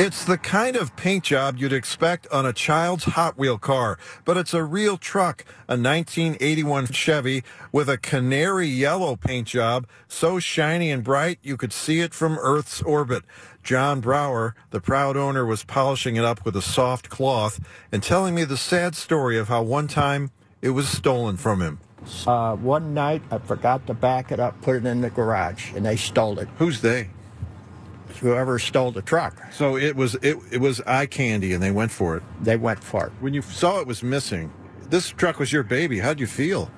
It's the kind of paint job you'd expect on a child's Hot Wheel car, but it's a real truck, a 1981 Chevy with a canary yellow paint job, so shiny and bright you could see it from Earth's orbit. John Brower, the proud owner, was polishing it up with a soft cloth and telling me the sad story of how one time it was stolen from him. Uh, one night I forgot to back it up, put it in the garage, and they stole it. Who's they? Whoever stole the truck, So it was it, it was eye candy and they went for it. they went for it. When you saw it was missing, this truck was your baby. How'd you feel?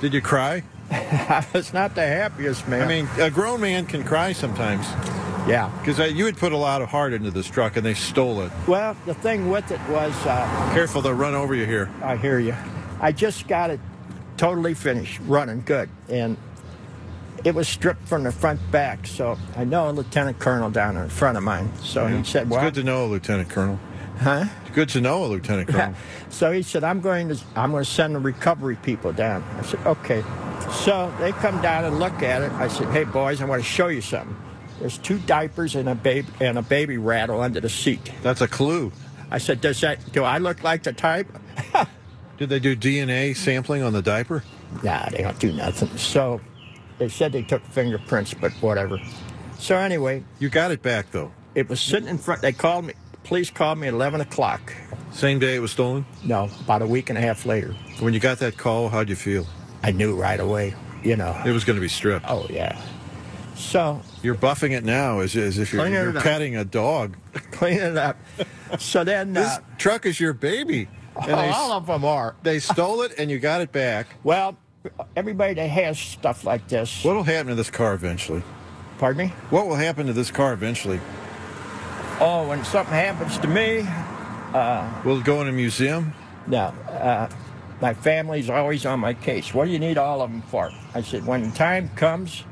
Did you cry? I was not the happiest man. I mean, a grown man can cry sometimes yeah. because you had put a lot of heart into this truck and they stole it. Well, the thing with it was, uh, Careful, they'll run over you here. I hear you. I just got it totally finished, running good, and it was stripped from the front back. So I know a lieutenant colonel down there in front of mine. So he said, it's "Well, good to know, a Lieutenant Colonel. huh?" It's good to know, a Lieutenant Colonel. So he said, "I'm going to I'm going to send the recovery people down." I said, "Okay." So they come down and look at it. I said, "Hey boys, I want to show you something. There's two diapers and a baby and a baby rattle under the seat." That's a clue. I said, "Does that do I look like the type?" Did they do DNA sampling on the diaper? Nah, they don't do nothing. So they said they took fingerprints, but whatever. So anyway, You got it back though. it was sitting in front. They called me. Police called me at 11 o'clock. Same day it was stolen. No, about a week and a half later. When you got that call, how'd you feel? I knew right away. You It know. was going to be stripped. Oh yeah. So You're buffing it now as, as if you're, Clean it you're up. petting a dog. clean it up. So then, This uh, truck is your baby. And they, Oh, all of them are. they stole it and you got it back. Well, everybody that has stuff like this. What'll happen to this car eventually? Pardon me. What will happen to this car eventually? Oh, when something happens to me, Will it go in a museum? No. Uh, my family's always on my case. What do you need all of them for? I said, when the time comes,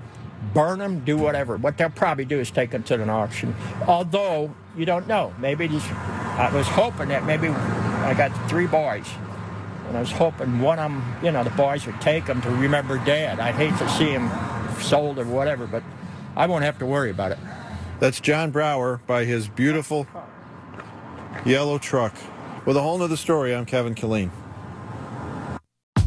burn them, do whatever. What they'll probably do is take them to an auction. Although, you don't know. Maybe these, I was hoping that maybe I got three boys. And I was hoping one of them, you know, the boys would take them to remember dad. I'd hate to see him sold or whatever, but I won't have to worry about it. That's John Brower by his beautiful yellow truck. With a whole nother story, I'm Kevin Killeen.